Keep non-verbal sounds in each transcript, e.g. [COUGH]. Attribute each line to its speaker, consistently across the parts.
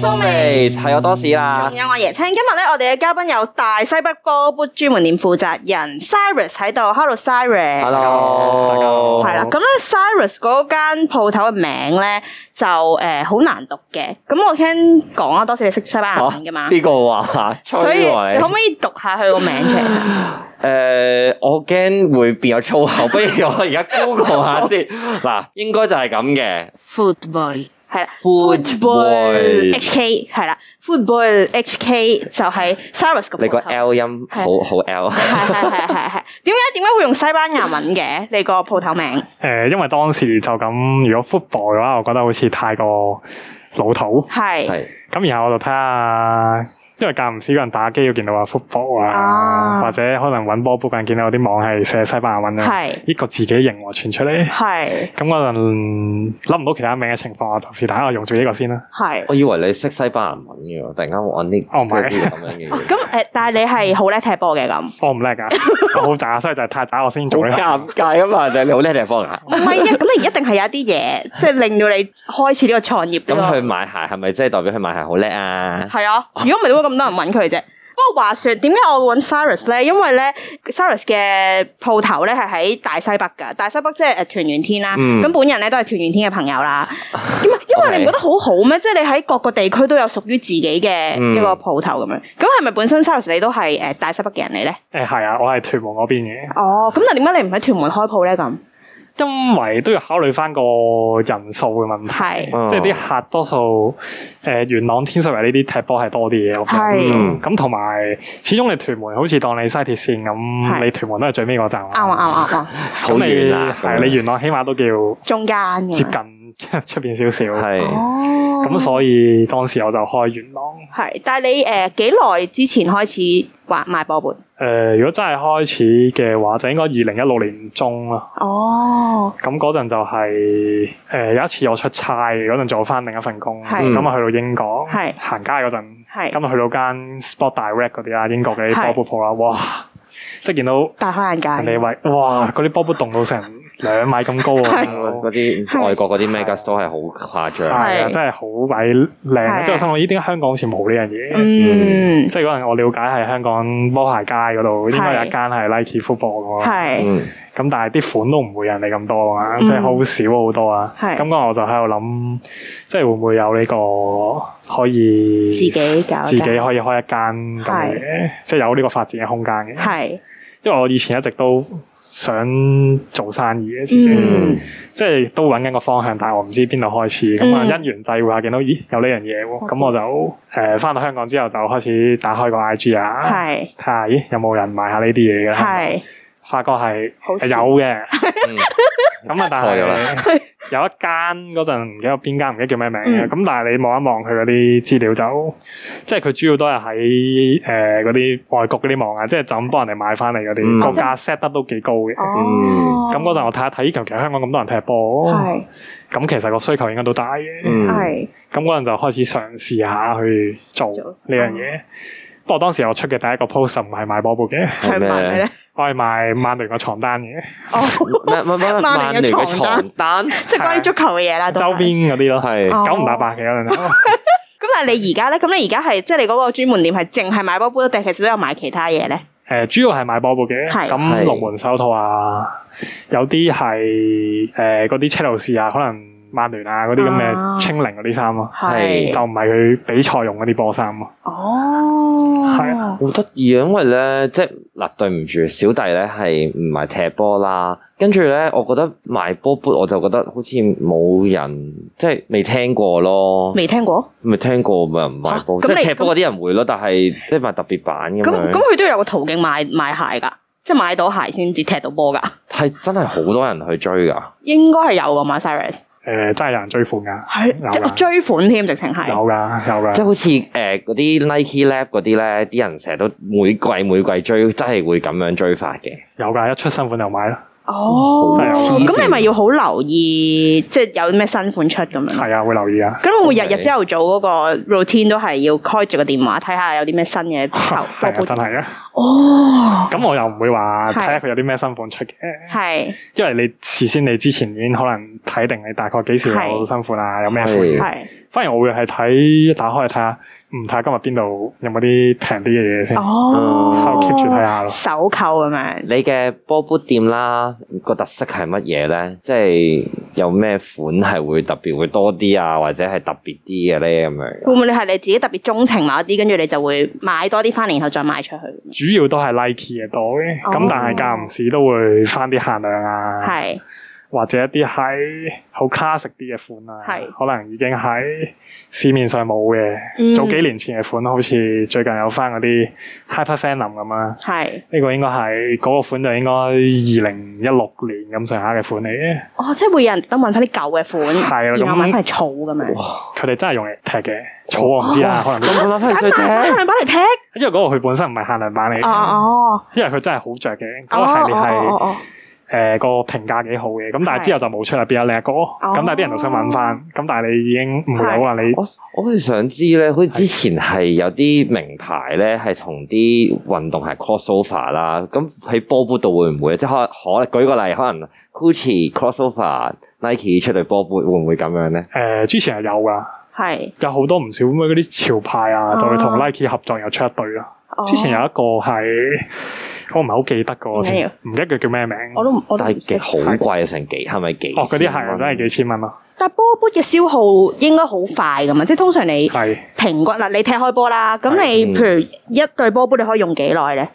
Speaker 1: 蘇眉係有多士啦
Speaker 2: 仲。有我椰青，今日咧我哋嘅嘉賓有大西北波砵專門店負責人 Cyrus 喺度，Hello Cyrus。
Speaker 1: Hello，大家好
Speaker 2: 係啦，咁咧 Cyrus 嗰間鋪頭嘅名咧就誒好、難讀嘅，咁我聽講啊，多時你識西班牙文噶嘛，
Speaker 1: 呢個話，
Speaker 2: 所以
Speaker 1: 吹喎
Speaker 2: 你
Speaker 1: 你
Speaker 2: 可唔可以讀下佢個名出嚟啊？
Speaker 1: 誒、我驚會變有粗
Speaker 2: [LAUGHS]
Speaker 1: 口，不如我而家 Google 下先。嗱，應該就係咁嘅。
Speaker 3: Football.
Speaker 2: 係啦
Speaker 1: Football
Speaker 2: HK 係啦，Football HK 就係 Cyrus 個
Speaker 1: 你個
Speaker 2: 鋪頭。
Speaker 1: L 音好好 L，
Speaker 2: 係係係係係，點解點解會用西班牙文嘅？你個鋪頭名
Speaker 4: 诶、因為當時就咁，如果 football 嘅話，我覺得好似太過老土。
Speaker 2: 係
Speaker 1: 係
Speaker 4: 咁然後我就睇下，因為間唔時有人打機要見到話 football 啊，
Speaker 2: 啊
Speaker 4: 或者可能揾波附近見到有啲網係寫西班牙文啊，
Speaker 2: 係
Speaker 4: 呢個自己型喎傳出嚟。
Speaker 2: 係
Speaker 4: 咁嗰陣諗唔到其他名嘅情況，我就是但我用住呢個先啦。
Speaker 2: 係。
Speaker 1: 我以為你識西班牙文嘅喎，突然間我揾啲
Speaker 4: 哦唔係
Speaker 1: 啲咁樣嘅嘢。
Speaker 2: 咁誒，但係你係好叻踢波嘅咁。
Speaker 4: 我唔叻噶，我好渣，所以就係太渣我先做呢個。
Speaker 1: 好尷尬啊嘛，就係你好叻地方啊！
Speaker 2: 唔
Speaker 1: [LAUGHS]
Speaker 2: 係嘅，咁你一定係有一啲嘢，即係令到你開始呢個創業
Speaker 1: 咁
Speaker 2: 呢個
Speaker 1: 佢買鞋係咪即係代表佢買鞋好叻啊？
Speaker 2: 係啊，如果唔係點會咁多人揾佢啫？不過話說，點解我會揾 Cyrus 咧？因為咧，Cyrus 嘅鋪頭咧係喺大西北㗎，大西北即係誒團圓天啦。
Speaker 1: 嗯
Speaker 2: 咁、本人咧都係團圓天嘅朋
Speaker 1: [LAUGHS]
Speaker 2: 友啦。因為因為你唔覺得好好咩？即係你喺各個地區都有屬於自己嘅
Speaker 1: 嗯
Speaker 2: 一個鋪頭咁樣。咁係咪本身 Cyrus 你都係誒大西北嘅人嚟咧？
Speaker 4: 誒係啊，我係屯門嗰邊嘅，
Speaker 2: 哦，咁但係點解你唔喺屯門開鋪咧？咁
Speaker 4: 因為都要考慮翻個人數嘅問題。
Speaker 2: 係
Speaker 1: 哦
Speaker 4: 即係啲客多數誒、呃元朗、天水圍呢啲踢波係多啲嘅，我覺得
Speaker 2: 係
Speaker 4: 嗯咁同埋始終你屯門好似當你西鐵線
Speaker 2: 係
Speaker 4: 咁，你屯門都係最尾嗰站。
Speaker 2: 啱啊啱啊啱啊，
Speaker 1: 好
Speaker 4: 咁你
Speaker 1: 遠啊！
Speaker 4: 係你元朗起碼都叫
Speaker 2: 中間咁樣
Speaker 4: 接近出邊少少。
Speaker 1: 嗯係
Speaker 2: 哦，
Speaker 4: 咁所以當時我就開元朗。誒、
Speaker 2: 係，但係你誒幾耐之前開始玩賣波盤？
Speaker 4: 呃如果真係開始嘅話，就應該二零一六年中啦。
Speaker 2: 哦，
Speaker 4: 咁嗰陣就係、呃有一次我出差嗰陣做翻另一份工，
Speaker 2: 係
Speaker 4: 咁啊去到英國
Speaker 2: 係
Speaker 4: 行街嗰陣。
Speaker 2: 係
Speaker 4: 咁啊去到間 Sport Direct 嗰啲啦，英國嘅啲波波鋪啦，哇！即係見到
Speaker 2: 大開眼界。
Speaker 4: 人哋話，哇！嗰啲波波凍到成兩米咁高啊！
Speaker 1: 嗰啲外國嗰啲 mega store 係好誇
Speaker 4: 係
Speaker 1: 張，
Speaker 4: 啊，
Speaker 2: 係
Speaker 4: 真係好鬼靚啊！
Speaker 2: 係
Speaker 4: 即係我心諗，咦？點解香港好似冇呢樣嘢？
Speaker 2: 嗯，
Speaker 4: 即係嗰陣我了解係香港波鞋街嗰度應該有一間係 Nike Football 嘅喎，
Speaker 2: 係
Speaker 1: 嗯，
Speaker 4: 咁但係啲款都唔會人哋咁多啊，
Speaker 2: 嗯
Speaker 4: 即係好少好多啊。
Speaker 2: 係
Speaker 4: 咁嗰陣我就喺度諗，即係會唔會有呢個可以
Speaker 2: 自己搞
Speaker 4: 自己可
Speaker 2: 嘅
Speaker 4: 以開一間咁
Speaker 2: 係
Speaker 4: 嘅，即係有呢個發展嘅空間嘅。
Speaker 2: 係
Speaker 4: 因為我以前一直都想做生意嘅，自己、
Speaker 2: 嗯
Speaker 4: 即係都揾緊個方向，但係我唔知邊度開始。咁啊、
Speaker 2: 嗯哦
Speaker 4: 因緣際會下見到，咦有呢樣嘢喎，咁我就誒翻、到香港之後就開始打開個 IG 啊，
Speaker 2: 係
Speaker 4: 睇下咦有冇人買下呢啲嘢嘅，
Speaker 2: 係
Speaker 4: 發覺係
Speaker 2: 好
Speaker 4: 有
Speaker 2: 少
Speaker 4: 嘅。
Speaker 1: 嗯
Speaker 4: 咁啊，但
Speaker 1: 錯咗
Speaker 4: 係 [LAUGHS] 有一間嗰陣唔記得邊間，唔記得叫咩名嘅。
Speaker 2: 嗯
Speaker 4: 咁、但係你望一望佢嗰啲資料就，即係佢主要都係喺誒嗰啲外國嗰啲網啊，即係就咁幫人哋買翻嚟嗰
Speaker 1: 嗯
Speaker 4: 啲，個價 set 得都幾高嘅。
Speaker 2: 哦。
Speaker 4: 嗯咁嗰陣我哦睇一睇，咦其實香港咁多人踢波，
Speaker 2: 係
Speaker 4: 咁其實個需求應該都大嘅。
Speaker 1: 嗯，
Speaker 2: 係
Speaker 4: 咁嗰陣就開始嘗試下去做
Speaker 2: 做
Speaker 4: 呢樣嘢。不過當時我出嘅第一個 post 唔係賣波布嘅，
Speaker 2: 係咪
Speaker 1: 咩
Speaker 2: 咧？
Speaker 4: 我係賣曼聯嘅床單嘅，
Speaker 2: [LAUGHS] 哦，
Speaker 1: 咩咩
Speaker 2: [LAUGHS]
Speaker 1: 咩曼
Speaker 2: 曼
Speaker 1: 聯
Speaker 2: 聯嘅
Speaker 1: 嘅
Speaker 2: 床單
Speaker 1: 床單
Speaker 2: [LAUGHS] 即係關於足球嘅嘢啦，啊都
Speaker 4: 周
Speaker 2: 係。
Speaker 4: 邊嗰啲咯，
Speaker 1: 係
Speaker 2: 哦
Speaker 4: 九唔搭八嘅嗰陣。
Speaker 2: 咁但係你而家咧，咁你而家係即係你嗰個專門店係淨係買波杯，定係其實都有買其他嘢咧？
Speaker 4: 誒、呃主要係賣波布嘅，
Speaker 2: 係
Speaker 4: 咁
Speaker 1: 係
Speaker 4: 龍門手套啊，有啲係誒嗰啲車路士啊，可能曼聯啊嗰啲咁
Speaker 2: 啊
Speaker 4: 嘅清零嗰啲衫咯，
Speaker 1: 係
Speaker 4: 就唔係佢比賽用嗰啲波衫咯。
Speaker 2: 哦，
Speaker 4: 係
Speaker 2: 啊，
Speaker 1: 好得意啊！因為咧，即係嗱，對唔住，小弟咧係唔係踢波啦？跟住咧，我覺得賣波砵，我就覺得好似冇人，即係未聽過
Speaker 4: 哦
Speaker 1: 咯，
Speaker 2: 未聽過？
Speaker 1: 未聽過咪唔賣波，
Speaker 2: 嚇
Speaker 1: 即
Speaker 2: 咁
Speaker 1: 係
Speaker 2: 你
Speaker 1: 踢波嗰啲人會咯，但係即係賣特別版咁
Speaker 2: 咁咁
Speaker 1: 樣，
Speaker 2: 佢都要有個途徑買買鞋㗎，即係買到鞋先至踢到波㗎。
Speaker 1: 係真係好多人去追㗎。
Speaker 2: 應該係有㗎嘛，Cyrus
Speaker 4: 誒、呃真係有人追款㗎，
Speaker 2: 係
Speaker 4: 有
Speaker 2: 即係
Speaker 4: 㗎
Speaker 2: 追款添，直情係
Speaker 4: 有㗎，有
Speaker 1: 即係
Speaker 4: 㗎。
Speaker 1: 好似誒嗰啲 Nike Lab 嗰啲咧，啲人成日都每季每季追，真係會咁樣追法嘅。
Speaker 4: 有㗎，一出新款就買啦，
Speaker 2: 哦，
Speaker 4: 嗯真係有
Speaker 2: 咁你咪要好留意，即係有咩新款出咁樣。
Speaker 4: 係啊，會留意啊。
Speaker 2: 咁會唔會日
Speaker 1: Okay
Speaker 2: 日朝頭早嗰個 routine 都係要開住個電話睇下有啲咩新嘅
Speaker 4: [LAUGHS] 係
Speaker 2: 球
Speaker 4: 啊，
Speaker 2: 波
Speaker 4: 真
Speaker 2: 波。
Speaker 4: 係啊。
Speaker 2: 哦，
Speaker 4: 咁我又唔會話
Speaker 2: 係
Speaker 4: 睇下佢有啲咩新款出嘅，
Speaker 2: 係
Speaker 4: 因為你事先你之前已經可能睇定你大概幾時有
Speaker 2: 係
Speaker 4: 新款啊，有咩款。
Speaker 1: 係
Speaker 2: 係
Speaker 4: 反而我會係睇打開睇下，唔睇下今日邊度有冇啲平啲嘅嘢先，喺度 keep 住睇
Speaker 2: 哦，
Speaker 4: 下咯。
Speaker 2: 手扣咁樣，
Speaker 1: 你嘅波波店啦，個特色係乜嘢咧？即係有咩款係會特別會多啲啊，或者係特別啲嘅咧咁樣？
Speaker 2: 會唔會你係你自己特別鍾情某一啲，跟住你就會買多啲翻嚟，然後再賣出去？
Speaker 4: 主要都係 Nike 嘅多嘅，咁、
Speaker 2: 哦
Speaker 4: 但係間唔時都會翻啲限量啊，
Speaker 2: 係
Speaker 4: 或者一啲係好 classic 啲嘅款啊
Speaker 2: 係，
Speaker 4: 可能已經喺市面上冇嘅。
Speaker 2: 嗯
Speaker 4: 早幾年前嘅款，好似最近有翻嗰啲 Hyper Phantom 咁啦。
Speaker 2: 係，
Speaker 4: 呢個應該係嗰個款就應該二零一六年咁上下嘅款嚟嘅，
Speaker 2: 哦，即係會有人特登揾翻啲舊嘅款，
Speaker 4: 係啦啊咁
Speaker 2: 然後揾翻嚟儲咁樣，
Speaker 4: 佢哋真係用嚟踢嘅，草我唔知
Speaker 2: 哦
Speaker 4: 啦，可能都
Speaker 1: 哦咁我諗翻去
Speaker 2: 梗係
Speaker 1: 聽
Speaker 2: 限。量啊版嚟踢，
Speaker 4: 因為嗰個佢本身唔係限量版嚟
Speaker 2: 哦
Speaker 4: 嘅，
Speaker 2: 哦
Speaker 4: 因為佢真係好着嘅，
Speaker 2: 哦，
Speaker 4: 嗰個系列
Speaker 2: 哦哦
Speaker 4: 係
Speaker 2: 哦
Speaker 4: 誒個評價幾好嘅，咁但係之後就冇出啦，變咗另一個，
Speaker 2: 哦
Speaker 4: 咁但係啲人就想揾翻，咁但係你已經唔會有啦，你
Speaker 1: 我我好似想知咧，好似之前係有啲名牌咧，係同啲運動係 crossover 啦。咁喺波波度會唔啊會？即係可可舉個例，可能 Gucci crossover Nike 出嚟波波，會唔會咁樣咧？
Speaker 4: 誒呃之前係有㗎，
Speaker 2: 係，
Speaker 4: 有好多唔少嗰啲潮牌啊，就會同 Nike 合作又出一對咯。
Speaker 2: 哦
Speaker 4: 之前有一個係我唔係好記得個，
Speaker 2: 唔緊要
Speaker 4: 唔記得佢叫咩名。
Speaker 2: 我都唔我都
Speaker 1: 但係
Speaker 2: 唔
Speaker 1: 幾
Speaker 2: 識。
Speaker 1: 好貴啊，成幾係咪幾？
Speaker 4: 哦，嗰啲係真係幾千蚊啊咯，
Speaker 2: 但波波嘅消耗應該好快噶嘛，即係通常你
Speaker 4: 係
Speaker 2: 平均嗱，你踢開波啦，咁
Speaker 1: 嗯
Speaker 2: 你譬如一對波波你可以用幾耐咧？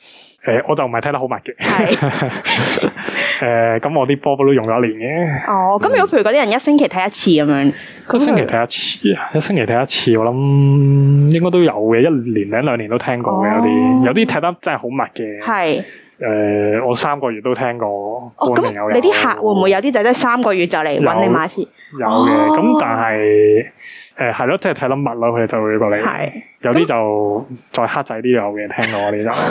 Speaker 4: 誒，我就唔係睇得好密嘅，
Speaker 2: 係
Speaker 4: [LAUGHS] 誒，咁我啲波波都用咗一年
Speaker 2: 哦，咁如果譬如嗰啲人一星期踢一次咁樣，
Speaker 4: 嗯嘅，一星期睇一次，一星期睇一次，我諗應該都有嘅，一年零兩年都聽過嘅有啲，
Speaker 2: 哦
Speaker 4: 有啲睇得真係好密嘅，
Speaker 2: 係
Speaker 4: 誒，我三個月都聽過，
Speaker 2: 哦，
Speaker 4: 半
Speaker 2: 咁
Speaker 4: 年有
Speaker 2: 你啲客會唔會有啲就真係三個月就嚟揾
Speaker 4: 有
Speaker 2: 你買一次？
Speaker 4: 有嘅？
Speaker 2: 哦
Speaker 4: 咁但係誒係咯，即係睇得密咯，佢哋就會過嚟，
Speaker 2: 係
Speaker 4: 有啲就再黑仔啲有嘅，聽過我哋就。
Speaker 2: [LAUGHS]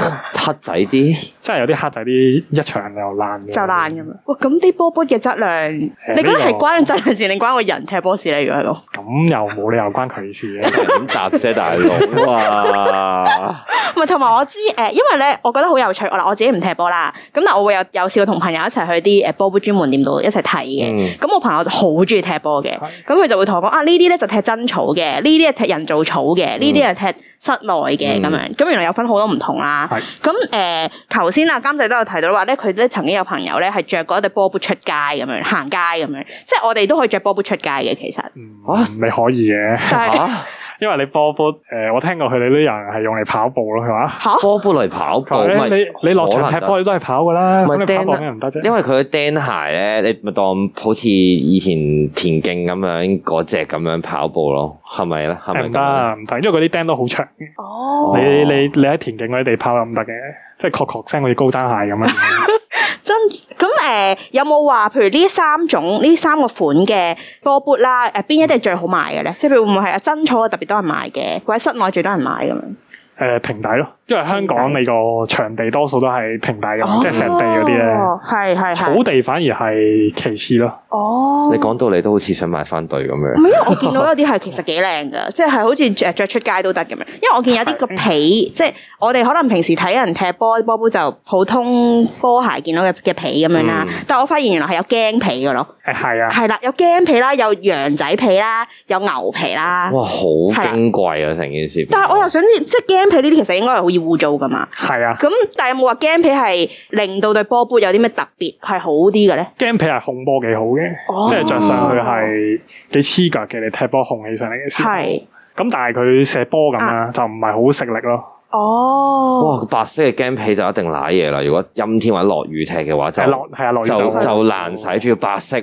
Speaker 1: 黑仔啲，
Speaker 4: 真係有啲黑仔啲一場就爛嘅，
Speaker 2: 就爛咁樣。哇，咁啲波波嘅質量，你覺得
Speaker 4: 呢
Speaker 2: 係
Speaker 4: 個
Speaker 2: 關質量事定關個人踢波事咧？如果係咁，
Speaker 4: 咁又冇理由關佢事嘅。
Speaker 1: 點搭啫，大
Speaker 2: [LAUGHS]
Speaker 1: 佬啊！
Speaker 2: [LAUGHS] 唔係，同埋我知誒、呃因為咧，我覺得好有趣。我嗱，我自己唔踢波啦，咁但係我會有有試過同朋友一齊去啲誒波波專門店度一齊睇嘅。
Speaker 1: 嗯
Speaker 2: 咁我朋友就好中意踢波嘅
Speaker 4: 係，
Speaker 2: 咁佢就會同我講啊，呢啲咧就踢真草嘅，呢啲係踢人造草
Speaker 4: 嗯
Speaker 2: 嘅，呢啲係踢室內嘅
Speaker 1: 嗯
Speaker 2: 咁樣。咁原來有分好多唔同啦
Speaker 4: 係。
Speaker 2: 咁誒，頭先啊監製都有提到話咧，佢咧曾經有朋友咧係着嗰對波波出街咁樣行街咁樣，即係我哋都可以着波波出街嘅其實。
Speaker 4: 嗯
Speaker 1: 啊
Speaker 4: 你可以嘅，
Speaker 2: 但
Speaker 4: [LAUGHS]
Speaker 2: 係啊
Speaker 1: 嚇
Speaker 4: 因為你波波誒、我聽過佢哋啲人係用嚟跑步咯，係嘛？
Speaker 2: 嚇
Speaker 1: 波波嚟跑步，
Speaker 4: 佢話
Speaker 1: 咪
Speaker 4: 咧你你落場踢波你都係跑噶啦，
Speaker 1: 唔係
Speaker 4: 咁你跑步
Speaker 1: 釘啊
Speaker 4: 咩唔得啫？
Speaker 1: 因為佢釘鞋咧，你咪當好似以前田徑咁樣嗰只咁樣跑步咯，係咪咧？係咪
Speaker 4: 誒
Speaker 1: 咁
Speaker 4: 唔
Speaker 1: 樣？
Speaker 4: 得唔啊得，因為嗰啲釘都好長。
Speaker 2: 哦
Speaker 4: 你你你喺田徑嗰啲地跑又唔得嘅，即係確確聲好似高踭鞋
Speaker 1: [LAUGHS]
Speaker 4: 咁樣。
Speaker 2: 真咁誒、呃有冇話譬如呢三種呢三個款嘅波 boot 啦，誒邊一啲係最好賣嘅咧？即係譬如會唔會係啊真草啊特別多人買嘅，或者室內最多人買咁樣？
Speaker 4: 誒、平底咯，因為香港你個場地多數都係平底
Speaker 1: 哦
Speaker 4: 咁，即係石地嗰啲咧，
Speaker 2: 哦，係係
Speaker 4: 草
Speaker 2: 係。
Speaker 4: 地反而係其次咯。
Speaker 2: 哦，
Speaker 1: 你講到你都好似想買翻對咁
Speaker 2: 唔係，
Speaker 1: 樣。
Speaker 2: 因為我見到有啲係其實幾靚㗎， [LAUGHS] 即係好似呃着着出街都得咁樣。因為我見有啲個皮，即係我哋可能平時睇人踢波，波波就普通波鞋見到嘅嘅皮咁樣啦。
Speaker 1: 嗯
Speaker 2: 但係我發現原來係有驚皮㗎咯，
Speaker 4: 誒係啊，
Speaker 2: 係啦，有驚皮啦，有羊仔皮啦，有牛皮啦。
Speaker 1: 哇，好矜貴啊！成件事。
Speaker 2: 啊但係我又想知，即係驚皮呢啲其實應該係好易污糟噶嘛。
Speaker 4: 係啊。
Speaker 2: 咁但係有冇話驚皮係令到對波 boot 有啲咩特別係好啲嘅咧？
Speaker 4: 驚皮係控波幾好嘅，
Speaker 2: 哦
Speaker 4: 即係着上去係幾黐腳嘅，你踢波控起上嚟嘅時候。
Speaker 2: 係
Speaker 4: 咁但係佢射波咁
Speaker 1: 啊
Speaker 4: 啦，就唔係好食力咯。
Speaker 2: 哦，
Speaker 1: 哇，白色嘅 game 皮就一定瀨嘢啦！如果陰天或者落雨踢嘅話，就
Speaker 4: 係落係啊落雨
Speaker 1: 就就難洗，
Speaker 4: 洗。
Speaker 1: 仲要白色喎。
Speaker 2: 咁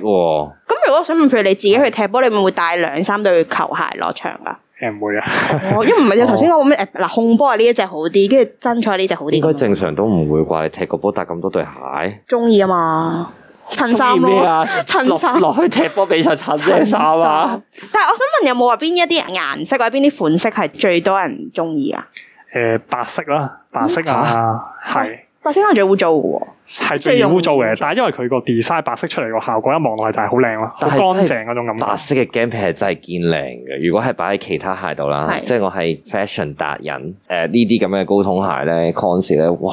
Speaker 2: 如果我想問，譬如你自己去踢波，你會唔會帶兩三對球鞋落場㗎？
Speaker 1: [LAUGHS]
Speaker 4: 誒唔會啊， [LAUGHS]
Speaker 2: 哦，因為唔係你頭先講咩誒嗱控波係啊呢一隻好啲，跟住真菜呢隻好啲。
Speaker 1: 應該正常都唔會啩？你踢個波帶咁多對鞋，
Speaker 2: 中意啊嘛，襯
Speaker 1: 中
Speaker 2: 衫
Speaker 1: 意咩
Speaker 2: 咯。
Speaker 1: 啊？
Speaker 2: 襯
Speaker 1: 落
Speaker 2: 衫
Speaker 1: 落去踢波比賽襯咩衫啊？
Speaker 2: 但係我想問，有冇話邊一啲顏色或者邊啲款式係最多人中意啊？
Speaker 4: 誒呃白色啦，白色啊，係
Speaker 2: 白色可能最污糟嘅喎。
Speaker 4: 係最易污糟嘅。但係因為佢個 design 白色出嚟個效果一望落去就係好靚咯，好
Speaker 1: 但係
Speaker 4: 乾
Speaker 1: 真係
Speaker 4: 淨嗰種感覺。
Speaker 1: 白色嘅 game 皮係真係堅靚嘅，如果係擺喺其他鞋度啦，
Speaker 2: 係
Speaker 1: 即係我係 fashion 達人，誒呢啲咁嘅高筒鞋咧 cons 咧，哇！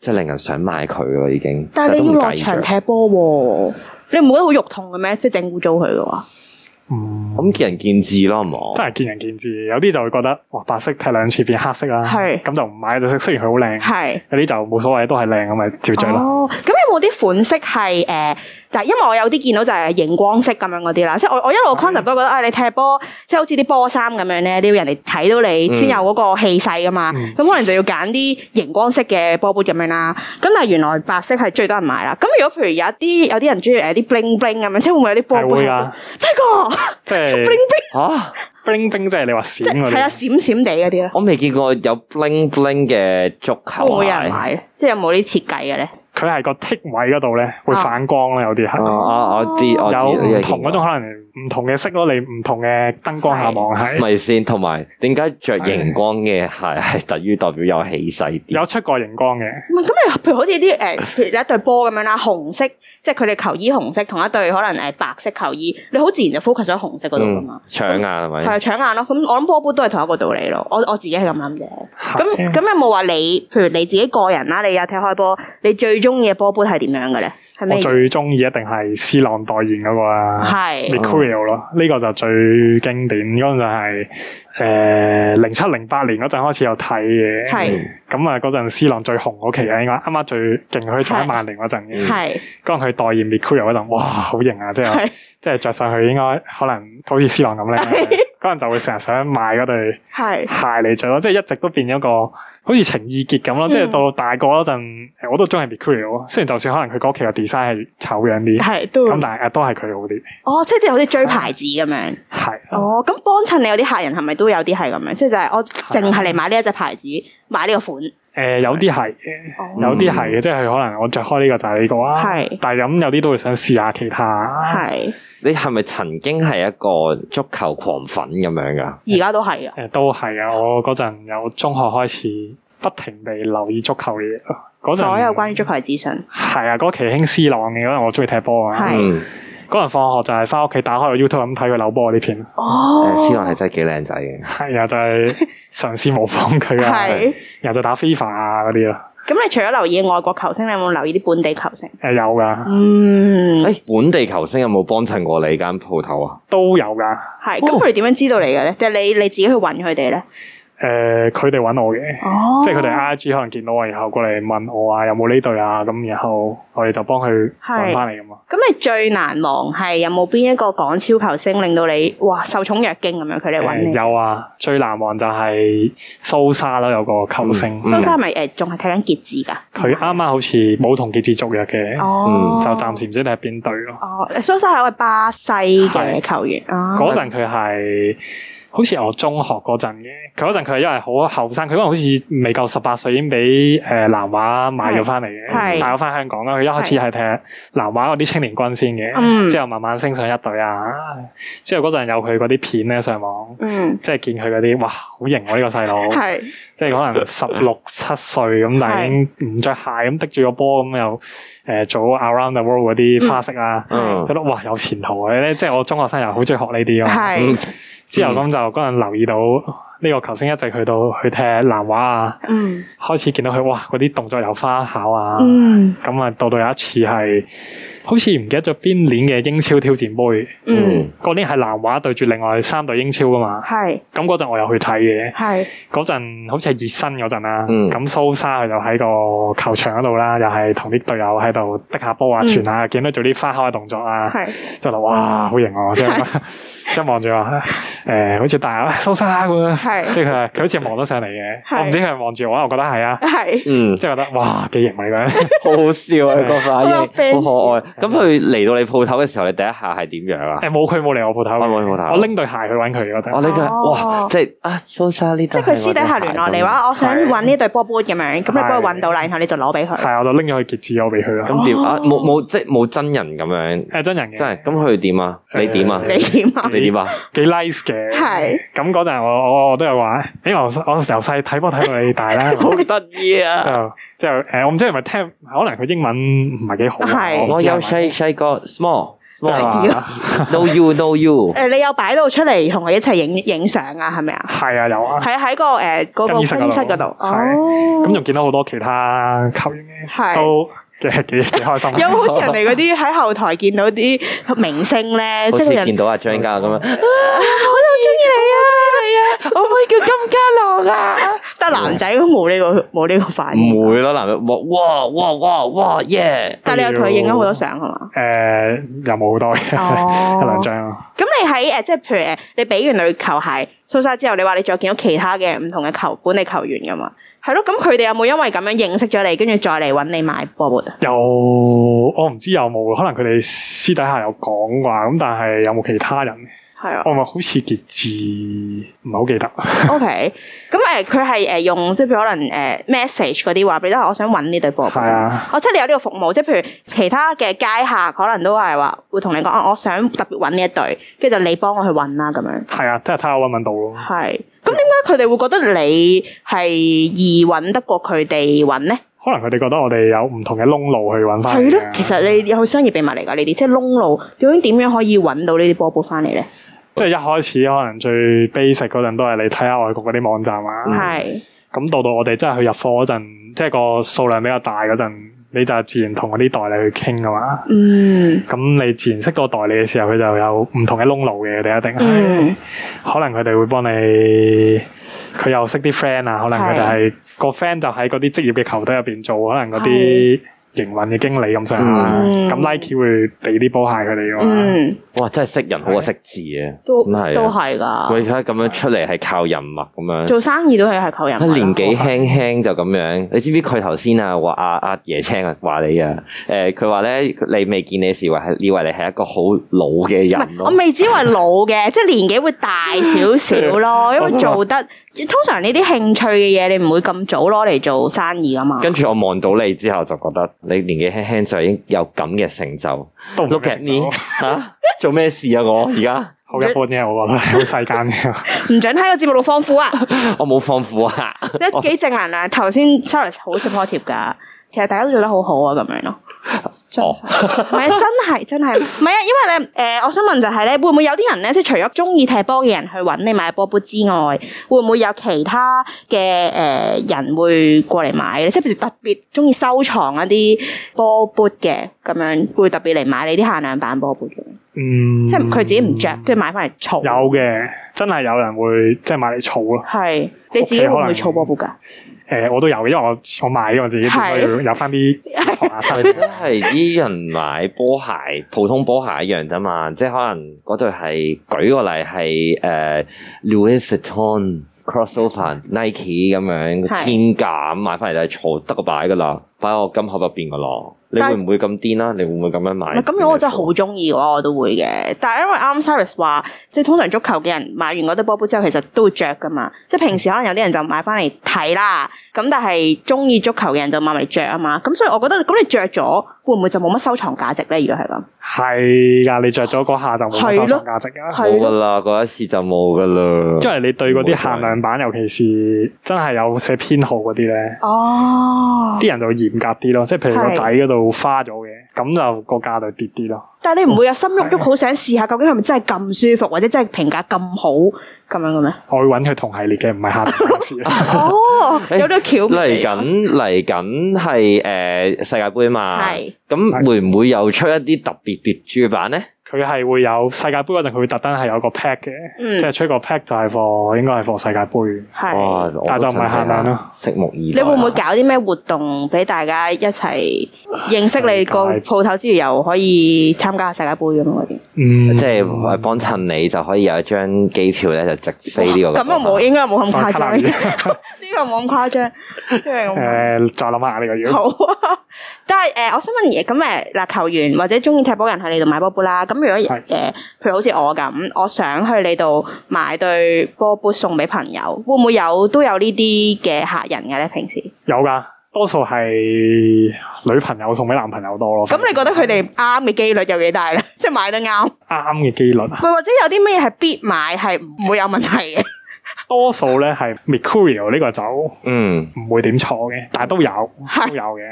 Speaker 1: 真係令人想買佢咯，已經。
Speaker 2: 但係你要
Speaker 1: 都唔
Speaker 2: 落
Speaker 1: 介意
Speaker 2: 場
Speaker 1: 着
Speaker 2: 踢波喎，你唔覺得好肉痛嘅咩？即係整污糟佢嘅話，
Speaker 4: 唔嗯，
Speaker 1: 咁見仁見智咯，係嘛？
Speaker 4: 真係見仁見智。有啲就會覺得，哇，白色踢兩次變黑色啦，
Speaker 2: 係
Speaker 4: 咁就唔買就色。雖然佢好靚，
Speaker 2: 係。
Speaker 4: 有啲就冇所謂，都係靚咁咪照着啦。
Speaker 2: 哦，咁有冇啲款式係誒？呃但係因為我有啲見到就係熒光色咁樣嗰啲啦，即係我我一路 concept 都覺得，啊、你踢波即係好似啲波衫咁樣咧，你要人哋睇到你
Speaker 1: 嗯
Speaker 2: 先有嗰個氣勢噶嘛。
Speaker 4: 嗯
Speaker 2: 咁、可能就要揀啲熒光色嘅波 boot 咁樣啦。咁但係原來白色係最多人買啦。咁如果譬如有一啲有啲人中意呃誒啲 bling bling 咁樣，即係會唔會有啲波
Speaker 4: 係
Speaker 2: boot？
Speaker 4: 會啊㗎，
Speaker 2: 真係個
Speaker 4: 即
Speaker 2: [LAUGHS] bling
Speaker 4: 係
Speaker 2: bling
Speaker 1: 嚇！
Speaker 4: bling bling，即係你話閃
Speaker 2: 即係
Speaker 4: 嗰
Speaker 2: 係啊
Speaker 4: 啲。
Speaker 2: 閃閃地嗰啲咧，
Speaker 1: 我未見過有 bling bling 嘅足
Speaker 2: 會唔
Speaker 1: 球
Speaker 2: 會有人
Speaker 1: 鞋。
Speaker 2: 買咧？即係有冇啲設計嘅咧？
Speaker 4: 佢係個剔位嗰度咧會
Speaker 2: 啊
Speaker 4: 反光啦，有啲係。
Speaker 1: 哦哦，我知我知，
Speaker 4: 有
Speaker 1: 呢個
Speaker 4: 唔
Speaker 1: 見
Speaker 4: 同
Speaker 1: 過
Speaker 4: 嗰種可能唔同嘅色咯，你唔同嘅燈光下望係
Speaker 1: 咪先，同埋點解着熒光嘅鞋係等於代表有氣勢啲？
Speaker 4: 有出過熒光嘅，
Speaker 2: 唔係咁你啊譬如好似啲誒，譬如一對波咁樣啦，紅色即係佢哋球衣紅色，同一對可能誒白色球衣，你好自然就 focus 咗紅色嗰度噶嘛，
Speaker 1: 搶眼係
Speaker 4: 嗯
Speaker 1: 咪
Speaker 2: 係、？啊搶眼咯。咁我諗波波都係同一個道理咯。我我自己係咁諗啫。咁
Speaker 4: 係
Speaker 2: 咁有冇話你，譬如你自己個人啦，你有踢開波，你最中意嘅波波係點樣嘅咧？係
Speaker 4: 我
Speaker 2: 咩？
Speaker 4: 最中意一定係斯朗代言嗰個啊
Speaker 2: 係
Speaker 4: Mercurial 咯，呢個就最經典嗰陣就係誒零七零八年嗰陣開始有睇嘅，
Speaker 2: 係
Speaker 1: 嗯
Speaker 4: 咁啊嗰陣斯朗最紅嗰期啊，應該啱啱最勁，佢仲喺曼聯嗰陣嘅，
Speaker 2: 係
Speaker 4: 嗰陣佢代言 Mercurial 嗰陣，哇好型啊！即係
Speaker 2: 係
Speaker 4: 即係着上去應該可能好似斯朗咁
Speaker 2: [LAUGHS]
Speaker 4: 靚啊
Speaker 2: 係，
Speaker 4: 嗰陣就會成日想買嗰對。
Speaker 2: 係
Speaker 4: 鞋嚟着咯，即係一直都變咗個好似情意結咁咯。
Speaker 2: 嗯
Speaker 4: 即係到大個嗰陣，誒我都中意 Mercurial。雖然就算可能佢嗰期嘅 design 係醜樣啲，
Speaker 2: 係都
Speaker 4: 咁但係誒呃啊都係佢好啲。
Speaker 2: 哦，即係啲好似追牌子咁樣。
Speaker 4: 係
Speaker 2: 哦，咁幫襯你有啲客人係咪都有啲係咁樣？即係就係我淨係嚟買呢一隻牌子，買呢個款。
Speaker 4: 誒呃有啲係，
Speaker 2: 哦
Speaker 4: 有啲係嘅，即係佢可能我着開呢個就係呢個啊。
Speaker 2: 係
Speaker 4: 但係咁有啲都會想試下其他。
Speaker 2: 係。
Speaker 1: 你係咪曾經係一個足球狂粉咁樣㗎？
Speaker 2: 而家都係啊，
Speaker 4: 誒都係啊！我嗰陣由中學開始不停地留意足球嘅嘢咯。嗰陣
Speaker 2: 所有關於足球嘅資訊
Speaker 4: 係啊，嗰期興 C 朗嘅嗰陣，我中意踢波啊。
Speaker 2: 係
Speaker 1: 嗯，
Speaker 4: 嗰陣放學就係翻屋企打開個 YouTube 咁睇佢扭波嗰啲片咯。
Speaker 1: 誒，斯
Speaker 2: 哦
Speaker 1: 朗係真係幾靚仔嘅。
Speaker 4: [LAUGHS] 係啊，就係嘗試模仿佢啊，
Speaker 2: 係。
Speaker 4: 然後就打 FIFA 啊嗰啲咯。
Speaker 2: 咁你除咗留意外國球星，你有冇留意啲本地球星？
Speaker 4: 誒有噶，
Speaker 2: 嗯，
Speaker 1: 誒，本地球星有冇幫襯過你間鋪頭啊？
Speaker 4: 都有噶。
Speaker 2: 係。咁佢哋點樣知道你嘅咧？定係你你自己去揾佢哋咧？
Speaker 4: 誒佢哋揾我嘅，
Speaker 2: 哦
Speaker 4: 即係佢哋啊 IG 可能見到我，然後過嚟問我啊有冇呢隊啊，咁然後我哋就幫佢揾翻嚟咁啊。
Speaker 2: 咁你最難忘係有冇邊一個港超球星令到你哇受寵若驚咁樣？佢哋揾
Speaker 4: 誒
Speaker 2: 你。
Speaker 4: 有啊，最難忘就係蘇沙啦，有個球星，
Speaker 2: 蘇莎係咪誒仲係睇緊傑志㗎？
Speaker 4: 佢嗯啱啱好似冇同傑志續約嘅，
Speaker 2: 哦，
Speaker 4: 就暫時唔知你係邊隊咯。
Speaker 2: 哦，蘇莎係一位巴西嘅
Speaker 4: 係
Speaker 2: 球員啊。
Speaker 4: 嗰陣佢係好似我中學嗰陣嘅，佢嗰陣佢係因為好後生，佢嗰陣好似未夠十八歲已經俾誒南華買咗翻嚟
Speaker 2: 係
Speaker 4: 嘅，帶咗翻香港啦。佢一開始係踢南華嗰啲青年軍先
Speaker 2: 嗯
Speaker 4: 嘅，之後慢慢升上一隊啊。之後嗰陣有佢嗰啲片咧上網。
Speaker 2: 嗯
Speaker 4: 即係見佢嗰啲，哇，好型喎！呢個細佬，
Speaker 2: [LAUGHS] 係
Speaker 4: 即係可能十六七歲咁，但係已經唔着鞋咁滴住個波咁，又誒做 around the world 嗰啲花式啊，
Speaker 1: 嗯
Speaker 4: 覺，得哇有前途嘅咧！即係我中學生又好中意學呢啲啊。
Speaker 1: 嗯
Speaker 2: 係
Speaker 4: 之後咁就嗰陣留意到呢個球星一直去到去踢南華啊，
Speaker 2: 嗯
Speaker 4: 開始見到佢哇嗰啲動作有花巧啊，
Speaker 2: 嗯
Speaker 4: 咁啊到到有一次係好似唔記得咗邊年嘅英超挑戰杯，
Speaker 2: 嗯
Speaker 1: 嗯，
Speaker 4: 嗰年係南華對住另外三隊英超噶嘛，
Speaker 2: 係
Speaker 4: 咁嗰陣我又去睇嘅，
Speaker 2: 係
Speaker 4: 嗰陣好似係熱身嗰陣啦，
Speaker 1: 嗯
Speaker 4: 咁蘇沙佢就喺個球場嗰度啦，又係同啲隊友喺度滴下波啊、
Speaker 2: 嗯
Speaker 4: 傳啊，見到做啲花巧嘅動作啊。
Speaker 2: 係。
Speaker 4: 就話哇好
Speaker 2: [LAUGHS]
Speaker 4: 型喎，即係即係望住我， [LAUGHS] 誒好似大眼蘇沙咁樣，
Speaker 2: 係
Speaker 4: 即係佢係佢好似望得上嚟嘅，
Speaker 2: 係
Speaker 4: 我唔知佢係望住我，我覺得係啊，
Speaker 2: 系
Speaker 1: 嗯，
Speaker 4: 即係覺得哇幾型啊
Speaker 2: [LAUGHS]
Speaker 4: 呢個人，
Speaker 1: 好好笑啊！個反
Speaker 2: 好有 fans
Speaker 1: 應好可愛。咁佢嚟到你鋪頭嘅時候，你第一下係點樣啊？
Speaker 4: 誒冇佢冇嚟我鋪頭
Speaker 1: 我冇嚟鋪頭
Speaker 4: 嘅，我拎對鞋去揾佢嗰陣
Speaker 1: 我，呢對
Speaker 2: 哦
Speaker 1: 哇，即係啊，蘇莎呢
Speaker 2: 即
Speaker 1: 對
Speaker 2: 係佢私底下聯絡你話，我哦想
Speaker 4: 係
Speaker 2: 揾呢對波 boot 咁樣，咁你幫佢
Speaker 4: 係
Speaker 2: 揾到啦，然後你就攞俾佢。
Speaker 4: 係我就拎咗去結紙我俾佢咯，
Speaker 1: 咁點啊？
Speaker 2: 哦
Speaker 1: 冇冇即係冇真人咁樣，
Speaker 4: 誒真人
Speaker 1: 真係
Speaker 4: 嘅，
Speaker 1: 咁佢點啊？你點啊？
Speaker 4: 誒
Speaker 2: 你點啊？
Speaker 1: 你點啊？
Speaker 4: 幾 nice 嘅，
Speaker 2: 係
Speaker 4: 咁嗰陣我我我都有話，因為我我由細睇波睇到你
Speaker 2: [LAUGHS]
Speaker 4: 大啦，
Speaker 1: 好得意啊！
Speaker 4: 就就誒我唔知係咪聽，可能佢英文唔係幾好啊，
Speaker 2: 係
Speaker 4: 我
Speaker 1: 我
Speaker 4: 唔知係
Speaker 1: 有
Speaker 4: 咪
Speaker 1: 細細個 small
Speaker 4: 即
Speaker 1: small
Speaker 4: 係話
Speaker 2: 知咯
Speaker 4: 啊
Speaker 1: no you no you，
Speaker 2: 誒，你有擺到出嚟同佢一齊影影相啊？係咪啊？
Speaker 4: 係啊有啊。
Speaker 2: 係啊喺個誒嗰個
Speaker 4: 更衣室
Speaker 2: 更衣室嗰度。
Speaker 4: 嗰度
Speaker 2: 哦，
Speaker 4: 咁仲見到好多其他球員
Speaker 2: 係
Speaker 4: 嘅，都嘅 [LAUGHS] 幾幾開心。啊
Speaker 2: 有冇好似人哋嗰啲喺後台見到啲明星咧，
Speaker 1: 好
Speaker 2: [LAUGHS] 即係個
Speaker 1: 似
Speaker 2: 人
Speaker 1: 見到阿張家咁樣，
Speaker 2: 我都好中意你啊！我妹叫金家樂啊！但男仔都冇呢個冇呢個反應，
Speaker 1: 唔會咯，男人哇哇哇哇哇耶！
Speaker 2: 但你又同佢影咗好多相係嘛？
Speaker 4: 誒又冇好多嘅，
Speaker 2: 哦
Speaker 4: [LAUGHS] 一兩張啊咯。
Speaker 2: 咁你喺誒即係譬如誒，你俾完女球鞋掃晒之後，你話你再見到其他嘅唔同嘅球本地球員噶嘛？係咯，咁佢哋有冇因為咁樣認識咗你，跟住再嚟揾你買波波啊？
Speaker 4: 又我唔知有冇，可能佢哋私底下有講啩，咁但係有冇其他人？
Speaker 2: 係啊
Speaker 4: 我咪好似傑志，唔係好記得。
Speaker 2: 哦，OK。咁誒，呃佢係誒用即係譬如可能誒 message 嗰啲話俾你，啊我想揾呢對波波
Speaker 4: 係。啊，
Speaker 2: 哦，即係你有呢個服務，即係譬如其他嘅街客可能都係話會同你講，啊，我想特別揾呢一對，跟住就你幫我去揾啦咁樣。
Speaker 4: 係啊，即係睇下揾唔揾到咯。
Speaker 2: 係，咁點解佢哋會覺得你係易揾得過佢哋揾呢？
Speaker 4: 可能佢哋覺得我哋有唔同嘅窿路去揾
Speaker 1: 啊
Speaker 4: 翻。
Speaker 2: 係咯，其實你有商業秘密嚟㗎，呢啲即係窿路，究竟點樣可以揾到呢啲波波翻嚟呢？
Speaker 4: 即係一開始可能最 basic 嗰陣都係你睇下外國嗰啲網站
Speaker 1: 嗯
Speaker 4: 啊。
Speaker 2: 係
Speaker 4: 咁到到我哋真係去入貨嗰陣，即係個數量比較大嗰陣，你就自然同嗰啲代理去傾㗎嘛。
Speaker 2: 嗯
Speaker 4: 咁你自然識到代理嘅時候，佢就有唔同嘅窿路嘅，佢哋一定係。
Speaker 2: 嗯
Speaker 4: 可能佢哋會幫你，佢又識啲 friend 啊，可能佢哋係個 friend 就喺嗰啲職業嘅球隊入邊做，可能嗰啲營運嘅經理咁上下啦。
Speaker 2: 嗯
Speaker 4: 咁 Nike 會俾啲波鞋佢哋噶嘛。
Speaker 2: 嗯，
Speaker 1: 哇，真係識人好過識字啊！
Speaker 2: 都
Speaker 1: 真係啊
Speaker 2: 都係㗎，
Speaker 1: 佢而家咁樣出嚟係靠人脈咁樣。
Speaker 2: 做生意都係係靠人
Speaker 1: 啊
Speaker 2: 㗎啦。
Speaker 1: 年紀輕輕就咁樣，你知唔知佢頭先啊話阿阿爺青啊話你啊，誒佢話咧你未見你時為係以為你係一個好老嘅
Speaker 2: 唔
Speaker 1: 人
Speaker 2: 係，我
Speaker 1: 咯，
Speaker 2: 未至於話老
Speaker 1: [LAUGHS]
Speaker 2: 嘅，即係年紀會大少少咯，因為做得通常呢啲興趣嘅嘢，你唔會咁早攞嚟做生意噶嘛。
Speaker 1: 跟住我望到你之後就覺得你年紀輕輕就已經有咁嘅成就
Speaker 4: 都唔
Speaker 1: ，look at me 嚇做咩事啊我而家
Speaker 4: 好一般嘅，我覺得好細
Speaker 2: [LAUGHS]
Speaker 4: 間嘅。
Speaker 2: 唔准喺個節目度放
Speaker 1: [LAUGHS]
Speaker 2: 苦啊！
Speaker 1: 我冇放苦啊，
Speaker 2: 一幾正能量。頭先 Charles 好 supportive 㗎，其實大家都做得好好啊，咁樣咯。真
Speaker 1: 哦
Speaker 2: 唔
Speaker 4: [LAUGHS]
Speaker 2: 係啊，真係真係，唔係啊，因為咧，誒、我想問就係咧，會唔會有啲人咧，即係除咗中意踢波嘅人去揾你買波波之外，會唔會有其他嘅誒、人會過嚟買咧？即係譬如特別中意收藏一啲波波嘅咁樣，會特別嚟買你啲限量版波波嘅，
Speaker 4: 嗯，
Speaker 2: 即係佢自己唔着，跟住買翻嚟儲。
Speaker 4: 有嘅，真係有人會即係買嚟儲咯。
Speaker 2: 係你自己會唔會儲波波㗎？
Speaker 4: 呃誒，我都有，因為我我買咗我自己，應該
Speaker 2: 係
Speaker 4: 要有翻啲
Speaker 2: [LAUGHS]
Speaker 4: 防下身。
Speaker 1: 即係啲人買波鞋，普通波鞋一樣啫嘛，即係可能嗰對係舉個例係誒、呃 Louis Vuitton、Crossover、Nike 咁樣
Speaker 2: 係
Speaker 1: 天價咁買翻嚟就係儲得個擺噶啦，擺喺我金口入邊噶啦。你
Speaker 2: 但係
Speaker 1: 會唔會咁癲啦？你會唔會咁樣
Speaker 2: 唔
Speaker 1: 買？
Speaker 2: 係咁樣，我真係好中意嘅話，我都會嘅。但係因為啱 Cyrus 話，即係通常足球嘅人買完嗰對波波之後，其實都會着噶嘛。即係平時可能有啲人就買翻嚟睇啦，咁但係中意足球嘅人就買嚟着啊嘛。咁所以我覺得，咁你着咗會唔會就冇乜收藏價值咧？如果係咁，
Speaker 4: 係㗎，你着咗嗰下就冇乜收
Speaker 2: 係咯
Speaker 4: 藏價值㗎。
Speaker 1: 冇噶啦，嗰一次就冇噶啦。
Speaker 4: 因為你對嗰啲限量版，尤其是真係有寫編號嗰啲咧，
Speaker 2: 哦，
Speaker 4: 啲人就會嚴格啲咯。即係譬如個
Speaker 2: 係
Speaker 4: 底嗰度花咗嘅，咁就個價就跌啲咯。
Speaker 2: 但係你唔會有心喐喐好想試下，究竟係咪真係咁舒服，或者真係評價咁好咁樣嘅咩？
Speaker 4: 我會揾佢同系列嘅，唔係限量版嘅事。
Speaker 2: [LAUGHS] 哦，有呢個橋
Speaker 1: 嚟緊嚟緊係誒世界盃嘛，
Speaker 2: 係
Speaker 1: 咁會唔會又出一啲特別別注版咧？
Speaker 4: 佢係會有世界盃嗰陣，佢會特登係有個 pack 嘅，
Speaker 2: 嗯
Speaker 4: 即係出個 pack 就係放，應該係放世界盃。
Speaker 2: 係。
Speaker 1: 我
Speaker 4: 但就
Speaker 1: 都
Speaker 4: 唔係
Speaker 1: 想睇
Speaker 4: 限量咯
Speaker 1: 下，拭目以
Speaker 2: 你
Speaker 1: 待啊。
Speaker 2: 會唔會搞啲咩活動俾大家一齊認識你個鋪頭之餘，又可以參加世界盃咁樣嗰啲？
Speaker 4: 嗯，
Speaker 1: 即係誒幫襯你就可以有一張機票咧，就直飛呢個。
Speaker 2: 咁我冇，應該冇咁
Speaker 4: 放
Speaker 2: 誇
Speaker 4: 卡
Speaker 2: 張，[LAUGHS]
Speaker 4: 拉
Speaker 2: 呢
Speaker 4: 魚。
Speaker 2: 個冇咁誇張，因為我
Speaker 4: [LAUGHS] 誒，再諗下呢個要。
Speaker 2: 好 [LAUGHS] 啊。但係誒、我想問嘢咁誒嗱，球員或者中意踢波嘅人去你度買波波啦。咁如果誒、
Speaker 4: 係
Speaker 2: 譬如好似我咁，我想去你度買對波波送俾朋友，會唔會有都有呢啲嘅客人嘅咧？平時
Speaker 4: 有㗎，多數係女朋友送俾男朋友多咯。
Speaker 2: 咁，你覺得佢哋啱嘅機率有幾大咧？ [LAUGHS] 即係買得啱？
Speaker 4: 啱嘅機率啊？
Speaker 2: 喂，或者有啲咩係必買係唔會有問
Speaker 1: [LAUGHS]
Speaker 2: 題嘅？
Speaker 4: 多數咧係 Mercurial 呢個酒。
Speaker 1: 嗯，
Speaker 4: 唔會點錯嘅，但係都有
Speaker 2: 係
Speaker 4: 都有嘅，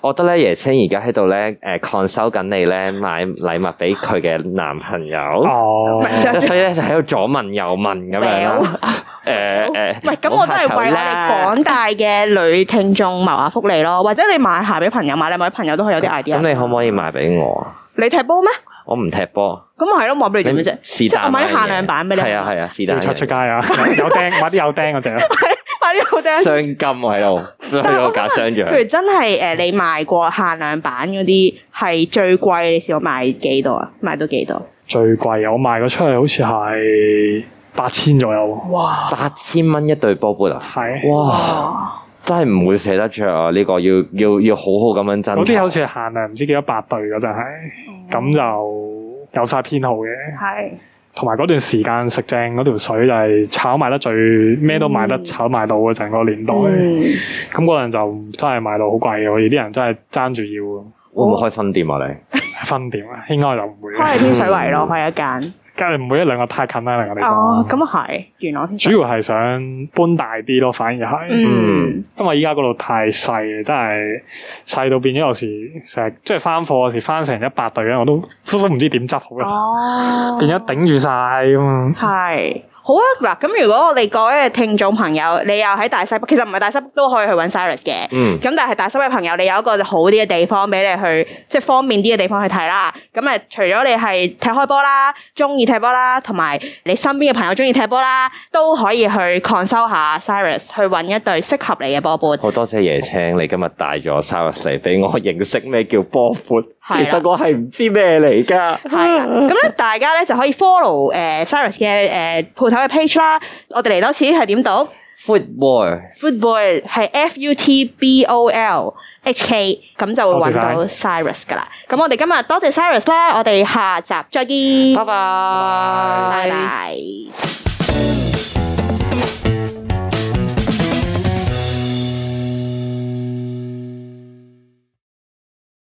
Speaker 1: 我覺得咧，椰青而家喺度咧，誒 con 收緊你咧買禮物俾佢嘅男朋友，
Speaker 4: 哦，
Speaker 2: 唔係 [LAUGHS]
Speaker 1: 所以咧就喺度左問右問咁樣啦。诶诶，
Speaker 2: 喂，咁我都係為我哋廣大嘅女聽眾謀下福利咯，或者你買鞋俾朋友買，你買俾朋友都可以有啲 idea。
Speaker 1: 啊咁你可唔可以賣俾我啊？
Speaker 2: 你踢波咩？
Speaker 1: 我唔踢波，
Speaker 2: 咁咪係咯，我話俾你做
Speaker 1: 你
Speaker 2: 咩啫？
Speaker 1: 是
Speaker 2: 係我
Speaker 1: 但
Speaker 2: 買
Speaker 1: 買
Speaker 2: 啲限量版俾你
Speaker 1: 係啊係啊，是但
Speaker 4: 要出出街啊，有釘買啲有釘嗰只啊，
Speaker 2: 買啲好聽。
Speaker 1: 傷金喎喺度，喺
Speaker 2: 但係
Speaker 1: 度
Speaker 2: 我
Speaker 1: 假
Speaker 2: 想
Speaker 1: 傷
Speaker 2: [LAUGHS] 問譬
Speaker 1: 咗。
Speaker 2: 如真係诶、呃你賣過限量版嗰啲係最貴，你試過賣幾多啊？賣到幾多？
Speaker 4: 最貴我賣咗出去好似係八千左右，
Speaker 2: 哇！
Speaker 1: 八千蚊一對波杯啊！
Speaker 4: 係
Speaker 1: 哇，
Speaker 2: 哦
Speaker 1: 真係唔會捨得着啊！呢個要要要好好咁樣珍
Speaker 4: 嗰
Speaker 1: 惜
Speaker 4: 啲好似係限量唔知幾多百對嗰陣係，咁就有晒編號嘅。
Speaker 2: 系
Speaker 4: 同埋嗰段時間食正嗰條水就係炒賣得最咩都賣得炒賣到嗰陣嗰個年代，
Speaker 2: 嗯，
Speaker 4: 咁嗰陣就真係賣到好貴嘅，而啲人真係爭住要喎
Speaker 1: 會唔會開分店啊？你
Speaker 4: 分店啊，應該就唔會嘅，
Speaker 2: 开喺天水圍咯，開一間。
Speaker 4: [LAUGHS] 梗係唔會一兩個太近啦，兩個地方。
Speaker 2: 哦，咁啊係，元朗天
Speaker 4: 主
Speaker 2: 水圍。
Speaker 4: 要係想搬大啲咯，反而係，
Speaker 2: 嗯，
Speaker 4: 因為依家嗰度太細，啊真係細到變咗有時成日即係翻課有時翻成一百對啊咧，我都都唔知點執好啦，
Speaker 2: 哦，
Speaker 4: 變咗頂住晒咁啊！
Speaker 2: 系好啊！嗱，咁如果我哋各位嘅聽眾朋友，你又喺大西北，其實唔係大西北都可以去揾 Cyrus 嘅。
Speaker 1: 嗯，
Speaker 2: 咁但係大西北朋友，你有一個好啲嘅地方俾你去，即係方便啲嘅地方去睇啦。咁誒，除咗你係踢開波啦，中意踢波啦，同埋你身邊嘅朋友中意踢波啦，都可以去 consult 下 Cyrus，去揾一對適合你嘅波伴。
Speaker 1: 好多謝椰青，你今日帶咗三十四俾我認識咩叫波闊，
Speaker 2: 係啊
Speaker 1: 其實我係唔知咩嚟㗎。
Speaker 2: 系啦，咁咧大家咧就可以 follow 诶 Cyrus 嘅诶鋪頭嘅 page 啦。我哋嚟多次係點讀？
Speaker 1: Football
Speaker 2: Football 係 F U T B O L H K，咁就會揾到 Cyrus 噶啦。咁我哋今日多謝 Cyrus 啦，我哋下集再見，
Speaker 1: 拜拜
Speaker 2: 拜拜。